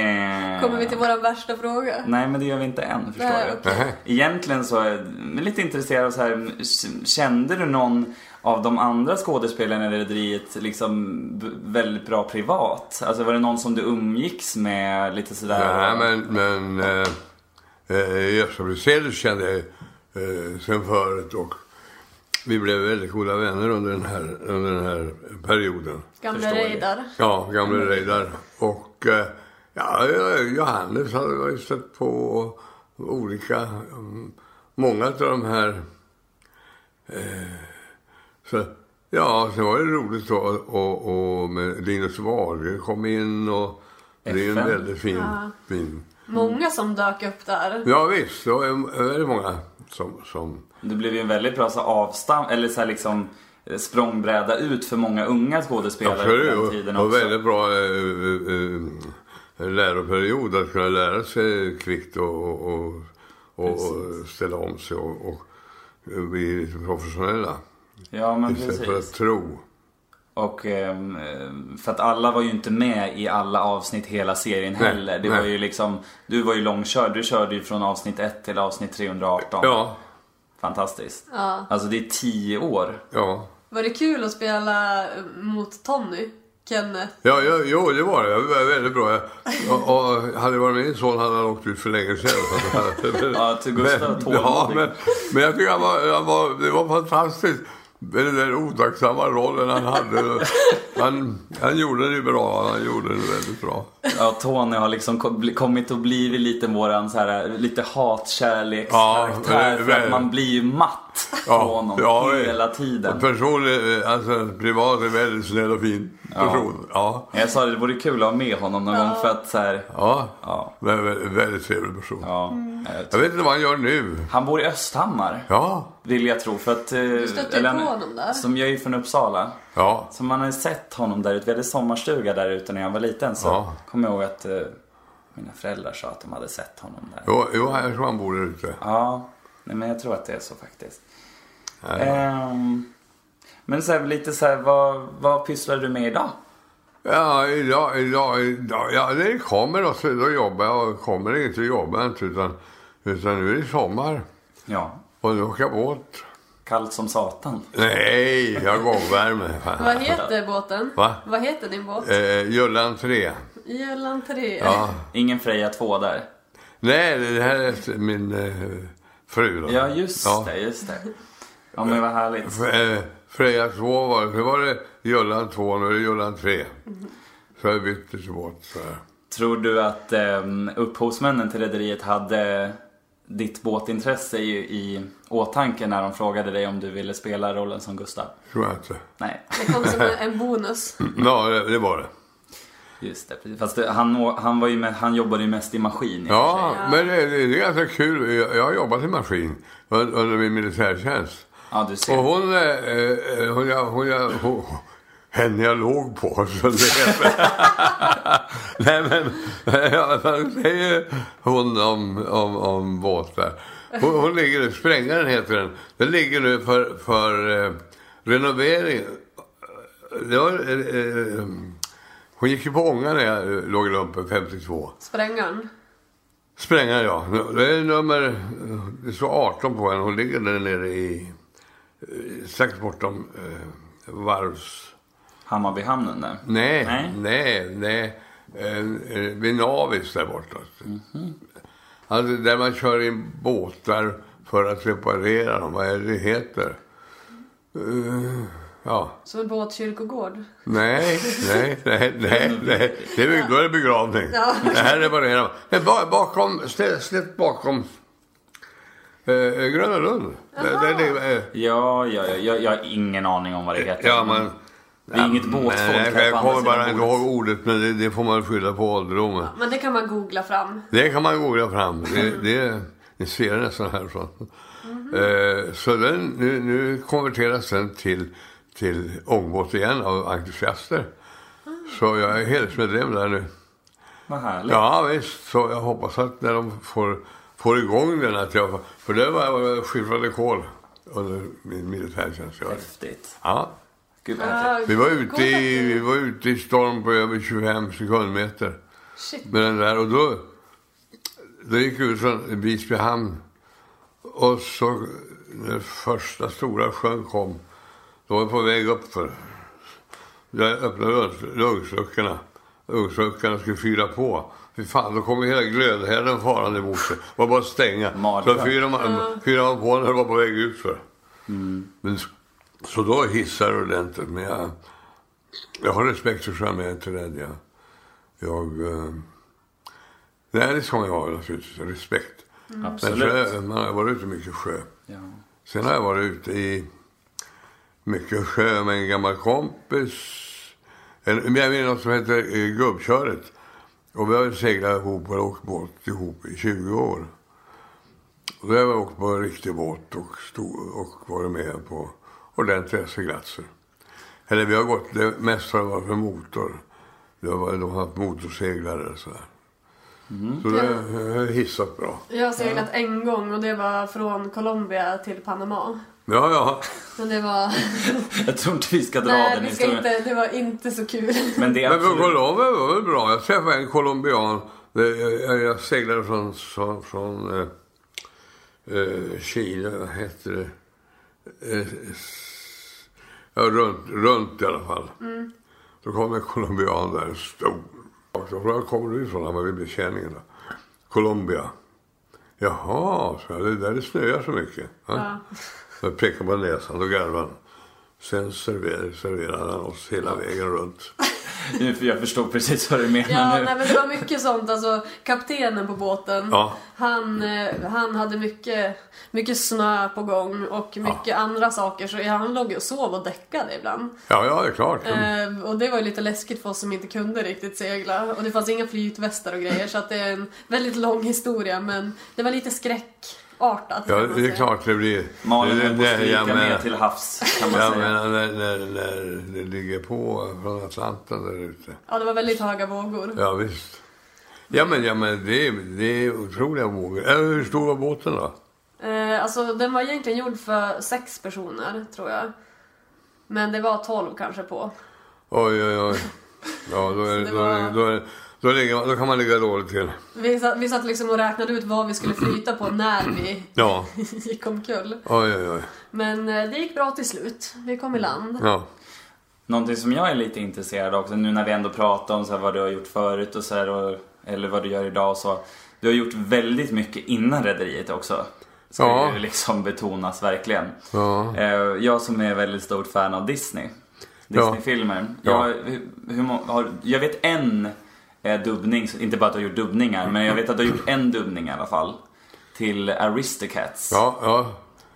S3: Mm. Kommer vi till våra värsta fråga?
S2: Nej, men det gör vi inte än, förstår
S3: Nej,
S2: du.
S3: okej.
S1: Nej.
S2: Egentligen så är jag lite intresserad av så här, kände du någon av de andra skådespelarna i Rederiet liksom b- väldigt bra privat? Alltså var det någon som du umgicks med lite sådär?
S1: Nej, men... men eh, eh, Gösta Briselius kände jag eh, sen förut och vi blev väldigt goda vänner under den här, under den här perioden.
S3: Gamla
S2: Förstår jag.
S3: Reidar.
S1: Ja, gamle Reidar. Och eh, ja, Johannes hade jag ju stött på olika, mm, många av de här. Eh, så, ja, sen var det roligt då och, och med Linus Wahlgren kom in och det är en
S2: FN.
S1: väldigt fin, fin.
S3: Många som dök upp där.
S1: Ja visst, det var väldigt många som, som
S2: Det blev ju en väldigt bra så avstamp, eller så här liksom eh, språngbräda ut för många unga skådespelare på den
S1: Absolut,
S2: tiden
S1: och, och
S2: också.
S1: väldigt bra eh, eh, eh, läroperiod att kunna lära sig kvickt och, och, och, och ställa om sig och, och bli lite professionella.
S2: Ja, men
S1: Istället för att
S2: precis.
S1: tro.
S2: Och ehm, eh, för att alla var ju inte med i alla avsnitt hela serien
S1: Nej,
S2: heller. Det
S1: nej.
S2: var ju liksom, du var ju långkörd. Du körde ju från avsnitt 1 till avsnitt 318.
S1: Ja,
S2: Fantastiskt.
S3: Ja.
S2: Alltså det är 10 år.
S1: ja.
S3: Var det kul att spela eh, mot Tony? Kenneth?
S1: Ja, ja, jo, det var det. Det var väldigt bra. Jag, och, och, hade det varit min son hade han åkt ut för länge sedan.
S2: Ja, till Gustav
S1: men,
S2: tålmodig.
S1: ja, men, men jag tycker han var, han var, det var fantastiskt. Den där otacksamma rollen han hade. Han, han gjorde det bra. Han gjorde det väldigt bra.
S2: Ja, Tony har liksom kom- bli- kommit och blivit lite våran så här, lite
S1: Ja,
S2: hatkärlekskaraktär.
S1: eh,
S2: för att
S1: väl.
S2: man blir ju matt på
S1: Ja,
S2: honom
S1: ja, eh,
S2: hela tiden.
S1: Och personlig, eh, alltså privat, är väldigt snäll och fin person. Ja.
S2: Jag sa det, det vore kul att ha med honom någon gång för att så här,
S1: Ja.
S2: Ja.
S1: Vä- vä- Väldigt trevlig person.
S2: ja. jag vet.
S1: Jag vet inte vad han gör nu.
S2: Han bor i Östhammar.
S1: Ja,
S2: Vill jag tro. För att, du
S3: stötte ju på honom där.
S2: Som jag är ju från Uppsala.
S1: ja.
S2: Så man har ju sett honom där ute. Vi hade sommarstuga där ute när jag var liten. Så
S1: Ja.
S2: kommer jag ihåg att eh, mina föräldrar sa att de hade sett honom där.
S1: Jo, jo jag tror han bor där ute.
S2: Ja, nej, men jag tror att det är så faktiskt. Ehm, men så här, lite så här, vad, vad pysslar du med idag?
S1: Ja, idag, idag, idag, ja, det kommer då, så då jobbar jag. Och Kommer det inte jobbar jag inte. Utan, utan nu är det sommar
S2: Ja,
S1: och nu åker jag båt.
S2: kallt som satan.
S1: Nej, jag har gångvärme. fan.
S3: Vad heter båten?
S1: Va?
S3: Vad heter din båt?
S1: Eh, Jullan 3.
S3: Gölan 3.
S1: Ja.
S2: Ingen Freja 2 där.
S1: Nej, det här är min eh, fru. Då.
S2: Ja, just det, just det. Ja, men vad härligt.
S1: F- eh, Freja 2 var det. Sen var det Jullan 2, nu är det Jullan 3.
S2: Mm-hmm.
S1: Så jag bytte till båt. Så. här.
S2: Tror du att ehm, upphovsmännen till rederiet hade ditt båtintresse i, i åtanke när de frågade dig om du ville spela rollen som Gustav?
S1: Tror jag inte.
S2: Nej,
S3: Det kom som en- en bonus.
S1: Ja, det, det var det.
S2: just det. precis. Fast det, han, å- han, var ju med, han jobbade ju mest i maskin. i och för sig.
S1: Ja, men det, det det är ganska kul. Jag, jag har jobbat i maskin un- under min militärtjänst.
S2: ja, du ser.
S1: Och hon, eh, eh, hon, jag, hon, jag, hon, henne jag låg på. Så det heter. Nej men, ja, vad säger hon om, om, om båtar? Hon, hon ligger nu, Sprängaren heter den. Den ligger nu för, för eh, renovering. Det var, eh, eh, hon gick ju på ånga när jag eh, låg i lumpen 52.
S3: Sprängaren.
S1: Sprängaren ja. Det är nummer, det står 18 på henne. Hon ligger där nere i, eh, strax bortom eh, varvs...
S2: Hammarbyhamnen där.
S1: Nej,
S2: Nej.
S1: nej, nej. Eh, eh, vid Navis där borta. Alltså där man kör in båtar för att reparera dem. Vad är det det heter? Eh, ja.
S3: Som en båtkyrkogård.
S1: Nej, nej, nej, nej. nej. Det är, beg- då är det begravning.
S3: Ja.
S1: Det här reparerar man. Men ba- bakom, stä- snett bakom eh, eh, Gröna Lund. Där, där, ligger, eh,
S2: Ja, ja, ja, jag, jag har ingen aning om vad det heter.
S1: ja, men
S2: Vi är inget båtfolk
S1: Nej,
S2: här på
S1: jag
S2: andra
S1: kommer bara
S2: sidan
S1: inte
S2: bordet.
S1: ihåg ordet, men det, det får man skylla på ålderdomen.
S3: Men det kan man googla fram.
S1: Det kan man googla fram. Det, det, ni ser nästan härifrån. Eh, så den, nu, nu konverteras den till, till ångbåt igen av entusiaster. Så jag är hedersmedlem där nu.
S2: Vad härligt.
S1: Ja visst, så jag hoppas att när de får, får igång den att jag... För det var jag skiffrade kol under min militärtjänstgöring.
S2: Häftigt.
S1: Ja.
S2: Gud vad häftigt.
S3: Ah,
S1: Vi var, ute
S3: Googla.
S1: i, vi var ute i storm på över 25 sekundmeter
S3: Shit.
S1: med den där. Och då, då gick vi ut från Visby hamn. Och så när första stora sjön kom, då var vi på väg uppför. Jag öppnade lugns- lugnsluckorna. Ugnsluckorna skulle fyra på. Fy fan, då kom hela glödhärden farande emot sig. Det var bara att stänga.
S2: Mardröm.
S1: Så fyra man, fyra man på när det var på väg utför. Men, så- så då hissar det ordentligt. Men jag, jag har respekt för sjön, men jag är inte rädd. Jag, jag, eh, nej, det ska man ju ha naturligtvis. Respekt. Men
S2: Absolut.
S1: sjö, man har varit ute mycket sjö.
S2: Ja.
S1: Sen har jag varit ute i mycket sjö med en gammal kompis. En, men jag menar något som heter eh, Gubbköret. Och vi har ju seglat ihop och åkt båt ihop i 20 år. Och då har jag åkt på en riktig båt och, stod, och varit med på ordentliga seglatser. Eller vi har gått, det mesta har varit med motor. Det har varit- De har haft motorseglare och sådär. Så det har jag hissat bra.
S3: Jag har seglat en gång och det var från Colombia till Panama.
S1: Ja, ja.
S3: Men det var...
S2: Jag tror inte vi ska dra
S3: Nej,
S2: den
S3: vi ska
S2: historien.
S3: inte, det var inte så kul.
S2: Men det är
S1: Men
S2: absolut...
S1: Colombia var väl bra. Jag träffade en colombian. Eh, Jag, jag seglade från, från, från eh, eh, Chile, vad hette det? Eh, s- ja, runt, runt i alla fall. Då kom en colombian där, en stor. Och så frågade jag, kommer du ifrån? Han var vid betjäningen. då. Colombia. Jaha, så det där det snöar så mycket. Ja. Jag pekade på näsan, då garvade han. Sen serverade, serverade han oss hela vägen runt.
S2: Nu- Jag förstår precis vad du menar
S3: Ja,
S2: nu.
S3: nej, men det var mycket sånt. Alltså, kaptenen på båten,
S1: Ja.
S3: han, eh, han hade mycket, mycket snö på gång och mycket andra saker. Så han låg ju och sov och däckade ibland.
S1: Ja, ja, det är klart. Mm.
S3: Eh, och det var ju lite läskigt för oss som inte kunde riktigt segla. Och det fanns inga flytvästar och grejer. Så att det är en väldigt lång historia. Men det var lite skräckartat.
S1: Ja,
S3: kan man
S1: det är
S3: säga.
S1: klart det blir.
S2: Malin
S1: det,
S2: höll på att stryka
S1: jag menar-
S2: med till havs kan man
S1: Jag
S2: säga.
S1: menar när, när, när det ligger på från Atlanten där ute.
S3: Ja, det var väldigt höga vågor.
S1: Ja, visst. Ja, men, ja, men det, är- det är otroliga vågor. Äh, hur stor var båten då?
S3: Eh, alltså den var egentligen gjord för sex personer, tror jag. Men det var tolv kanske på.
S1: Oj, oj, oj. Ja, då, är,
S3: det
S1: då, är,
S3: var-
S1: då, är, då, ligger, man- då kan man ligga dåligt till.
S3: Vi satt, vi satt liksom och räknade ut vad vi skulle flyta på när vi
S1: Ja,
S3: gick omkull.
S1: oj, oj, oj.
S3: Men eh, det gick bra till slut. Vi kom i land.
S1: Ja.
S2: Någonting som jag är lite intresserad av också nu när vi ändå pratar om så här, vad du har gjort förut och så här, och, eller vad du gör idag och så. Du har gjort väldigt mycket innan rederiet också. Ska
S1: Ja.
S2: ju liksom betonas verkligen.
S1: Ja.
S2: Eh, Jag som är väldigt stort fan av Disney. Disney-filmer.
S1: Ja.
S2: Jag, hur, hur, må- har, jag vet en eh, dubbning, så- inte bara att du har gjort dubbningar, men jag vet att du har gjort en dubbning i alla fall. Till Aristocats.
S1: ja, ja.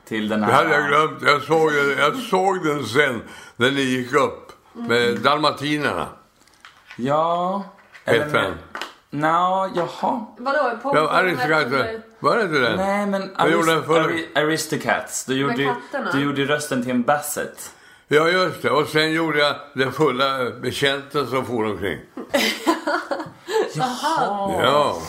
S2: Till den
S1: Det
S2: här...
S1: hade jag glömt. Jag såg, ju- jag såg den sen när ni gick upp med dalmatinerna.
S2: Ja...
S1: Hette den.
S2: Nå, jaha.
S3: Vadå? På
S1: Ja, Aristocats. Var det inte den?
S2: Nej men
S1: Jag gjorde den
S2: Arist-
S1: förr.
S2: Ari- Aristocats, du gjorde, ju-
S3: katterna.
S2: du gjorde ju rösten till en Basset.
S1: Ja, just det. Och sen gjorde jag den fulla betjänten som for omkring.
S2: Jaha.
S1: Ja.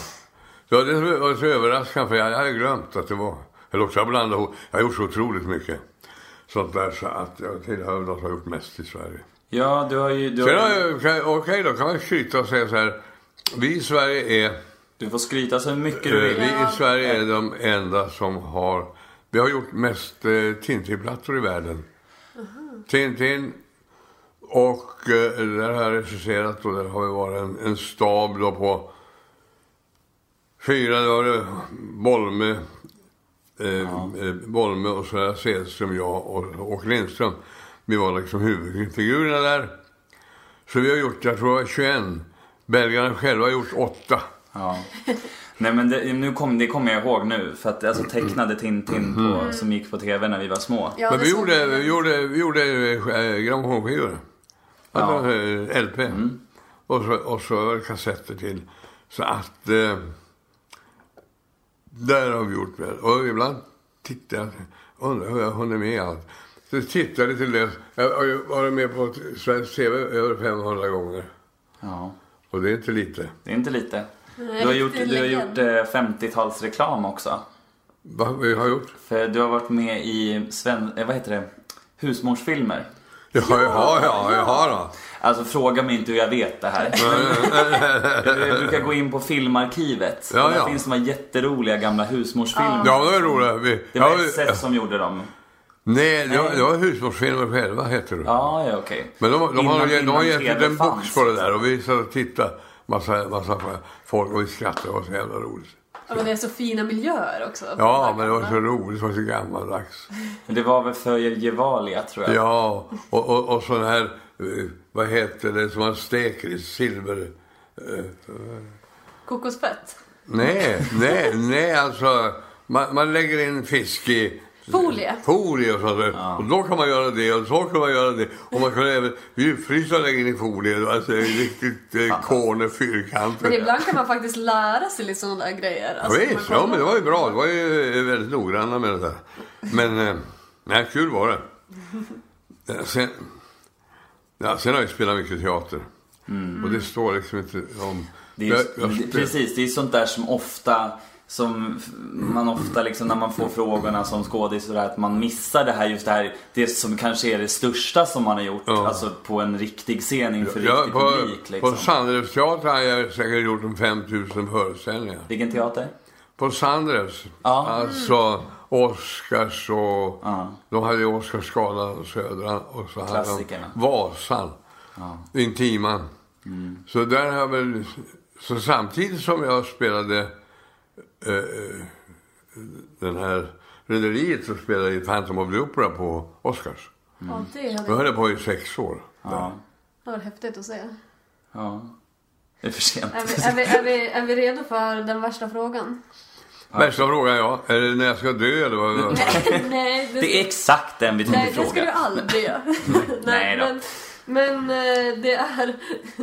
S1: ja det var så överraskande, för jag hade glömt att det var... Eller också har jag blandat ihop. Jag har gjort så otroligt mycket sånt där så att jag tillhör väl de som har gjort mest i Sverige.
S2: Ja, du har ju... Du,
S1: Sen
S2: har,
S1: har
S2: ju-
S1: jag- kan- Okej, då kan man skryta och säga så här. Vi i Sverige är...
S2: du får skryta så mycket du
S1: Eh,
S2: vill.
S1: Vi i Sverige är de enda som har... Vi har gjort mest eh, Tintinplattor i världen. Tintin och eh, där har jag regisserat och där har vi varit en, en stab då på fyra, då var det Bolme, eh, eh, Bolme och så där Sedström, jag och Åke Lindström. Vi var liksom huvudfigurerna där. Så vi har gjort, jag tror det var 21. Belgarna själva har gjort åtta.
S2: Ja. Nej men det, nu kom, det kommer jag ihåg nu. För att alltså tecknade Tintin
S1: Mm-hmm.
S2: på, som gick på TV när vi var små.
S3: Mm. Ja,
S1: Men
S3: det
S1: vi
S3: såg
S1: gjorde,
S3: vi.
S1: vi gjorde, vi gjorde eh, grammofonskivor. Ja. eh, LP. Och, så, och så var det kassetter till. Så att... Eh, där har vi gjort väl. Och ibland tittar jag. Undrar hur jag hunnit med allt. Så tittade jag till det. Jag har ju varit med på svensk TV över 500 gånger.
S2: Ja.
S1: Och det är inte lite.
S2: Det är inte lite.
S3: Nej,
S2: Du har
S3: riktig
S2: gjort, du har
S3: legend.
S2: gjort eh, 50-talsreklam också.
S1: Vad vi har gjort?
S2: För du har varit med i Sven, eh, vad heter det? husmorsfilmer.
S1: Ja, ja, ja, ja, ja då.
S2: Alltså fråga mig inte hur jag vet det här. jag brukar gå in på filmarkivet.
S1: Ja,
S2: och där
S1: ja.
S2: finns de här jätteroliga gamla husmorsfilmer.
S1: Ja, det var roligt. Vi,
S2: Det var
S1: ja, vi-
S2: SF som gjorde dem.
S1: nej, det var, det var husmorsfilmer själva, heter det.
S2: Ja, ja okej.
S1: Men de, de, har,
S2: Innan-
S1: de har
S2: innan
S1: gett ut
S2: TV
S1: en box
S2: fanns.
S1: på det där och vi satt och tittade. Massa, massa folk och vi skrattade. Det var så jävla roligt.
S3: Ja, men det är så fina miljöer också. på de
S1: Ja,
S3: här
S1: men det var så
S3: kanterna.
S1: roligt. Det var så gammaldags.
S2: Men Det var väl för Gevalia tror jag.
S1: Ja, och, och, och sån här, eh, vad heter det, som man steker i silver... eh,
S3: Kokosfett.
S1: Nej, nej, nej alltså. Man, man lägger in fisk i
S3: Folie.
S1: folie och sånt där. Och då kan man göra det och så kan man göra det. Och man kan även djupfrysa och lägga in i folie. Alltså det är riktigt eh, kone fyrkanter.
S3: Men ibland kan man faktiskt lära sig lite sådana där grejer.
S1: Ja,
S3: Alltså, man
S1: Visst,
S3: kollar-
S1: ja, men det var ju bra. Det var ju eh, väldigt noggranna med det där. Men, eh, nej, kul var det. Eh, Sen, ja, sen har jag spelat mycket teater. Och det står liksom inte om...
S2: Mm. Det är,
S1: jag,
S2: ju-
S1: jag,
S2: det-
S1: spe-
S2: precis, det är sånt där som ofta som f- man ofta liksom när man får frågorna som skådis och det här, att man missar det här just det här det som kanske är det största som man har gjort
S1: Ja.
S2: alltså på en riktig scen inför
S1: jag,
S2: riktig
S1: på
S2: publik liksom.
S1: på Sandrevs teater har jag säkert gjort om 5000 föreställningar.
S2: Vilken teater?
S1: På Sandrevs,
S2: Ja.
S1: alltså Oscars och...
S2: Ja.
S1: De hade ju Oscarsgalan och Södra och så hade de
S2: Klassikerna.
S1: Vasan. Intiman.
S2: Mm.
S1: Så där har jag väl... Så samtidigt som jag spelade eh, eh, den här Rederiet så spelade jag i Phantom of the Opera på Oscars.
S3: Ja, det hade
S1: Jag höll på i sex år.
S2: Ja.
S3: det var häftigt att se.
S2: ja. Det är för sent.
S3: Är vi, är, vi, är, vi, är vi redo för den värsta frågan?
S1: Värsta frågan ja, är det när jag ska dö eller vad? vad-
S3: Nej, det,
S2: Det är exakt den vi tänkte
S3: nej, det ska du
S2: fråga.
S3: aldrig göra.
S2: Nej då.
S3: Men, men eh, det är...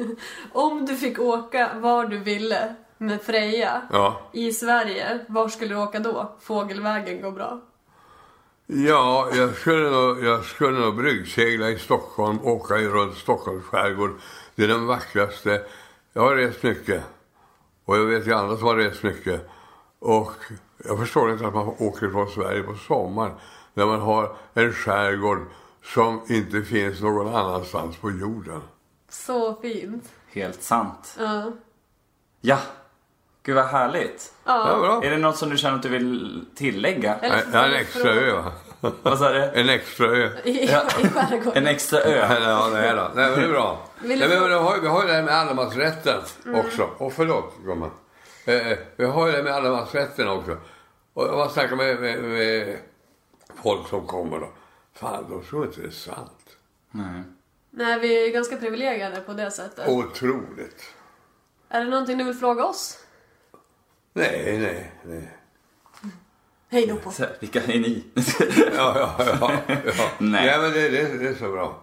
S3: om du fick åka var du ville med Freja
S1: Ja.
S3: i Sverige, var skulle du åka då? Fågelvägen går bra.
S1: Ja, jag skulle, nog, jag skulle nog bryggsegla i Stockholm, åka runt Stockholms skärgård. Det är den vackraste. Jag har rest mycket. Och jag vet ju andra som har rest mycket. Och jag förstår inte att man åker från Sverige på sommaren. När man har en skärgård som inte finns någon annanstans på jorden.
S3: Så fint.
S2: Helt sant.
S3: Ja.
S2: Ja. Gud vad härligt.
S1: Ja, bra.
S2: Är det något som du känner att du vill tillägga?
S3: Eller
S1: En, en extra ö, va?
S2: Vad sa du?
S1: En extra ö.
S3: I, i skärgården.
S2: En extra ö.
S1: Nej, ja, nej då. Nej, men det är bra.
S3: Vill
S1: nej,
S3: du- Mm.
S1: men, vi, har, ju- vi har ju det här med allemansrätten också. Och förlåt, gumman. Eh, eh, vi har ju det här med allemansrätten också. Och om man snackar med, med, med folk som kommer då. Fan, de tror inte det är sant.
S2: Nej.
S3: Nej, vi är ju ganska privilegierade på det
S1: Oh.
S3: sättet.
S1: Otroligt.
S3: Är det någonting du vill fråga oss?
S1: Nej, nej, nej.
S3: Hej då på.
S2: Så här, Vilka är ni?
S1: Ja, ja, ja. ja.
S2: Nej.
S1: men det, det, det är så bra.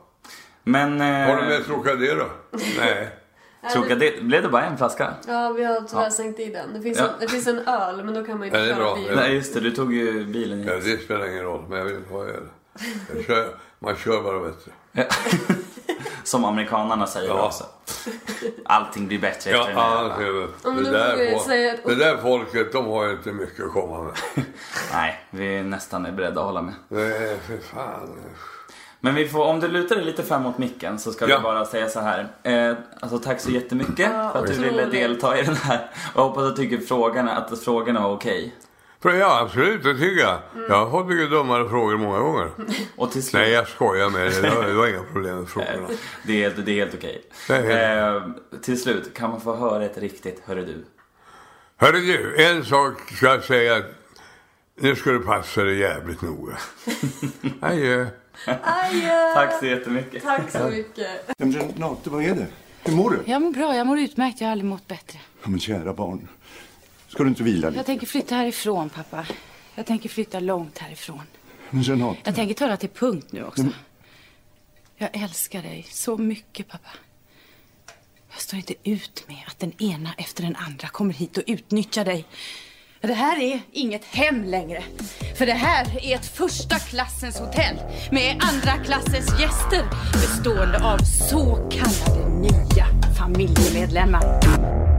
S2: Men... eh,
S1: Har du med Trocadero? Nej.
S2: Tråkiga, det, blev det bara en flaska?
S3: Ja, vi har tyvärr sänkt i den. Det finns,
S2: Ja.
S3: en, det finns en öl, men då kan man ju
S1: Ja,
S3: inte
S1: det är bra.
S3: köra bil.
S1: Ja.
S2: Nej just det, du tog ju bilen
S1: Ja,
S2: hit.
S1: det spelar ingen roll, men jag vill ha öl. Jag kör, man kör bara bättre.
S2: Som amerikanarna säger
S1: Ja.
S2: också. Allting blir bättre
S1: Ja,
S2: efter den här.
S1: ja, det,
S3: men
S1: det,
S3: då får
S1: där
S3: vi
S1: folk,
S3: säga att-
S1: det där folket, de har ju inte mycket att komma med.
S2: Nej, vi är nästan är beredda att hålla med.
S1: Nej, för fan.
S2: Men vi får, om du lutar dig lite fram mot micken så ska
S1: Ja.
S2: vi bara säga så här. Eh, alltså tack så jättemycket
S3: Ja,
S2: för att du
S3: otroligt.
S2: ville delta i den här. Och jag hoppas att du tycker frågorna, att frågorna var okej.
S1: För ja, absolut, det tycker jag.
S3: Mm.
S1: Jag har fått mycket dummare frågor många gånger.
S2: Och till slut,
S1: Nej, jag skojar med dig. Det var, det var inga problem med frågorna.
S2: det är helt, det är helt okej.
S1: Det är
S2: Eh, till slut, kan man få höra ett riktigt hörru du?
S1: Hörru du, en sak ska jag säga. Nu ska du passa dig jävligt noga. Adjö.
S3: Aj, eh,
S2: Tack så jättemycket.
S3: Tack så mycket.
S6: Ja, men Renate, vad är det? Hur mår du?
S7: Jag mår bra, jag mår utmärkt. Jag har aldrig mått bättre.
S6: Ja, men kära barn, ska du inte vila
S7: Jag
S6: lite?
S7: tänker flytta härifrån, pappa. Jag tänker flytta långt härifrån.
S6: Men Renate,
S7: Jag tänker ta det till punkt nu också. Jag älskar dig så mycket, pappa. Jag står inte ut med att den ena efter den andra kommer hit och utnyttjar dig. Det här är inget hem längre. För det här är ett första klassens hotell med andra klassens gäster bestående av så kallade nya familjemedlemmar.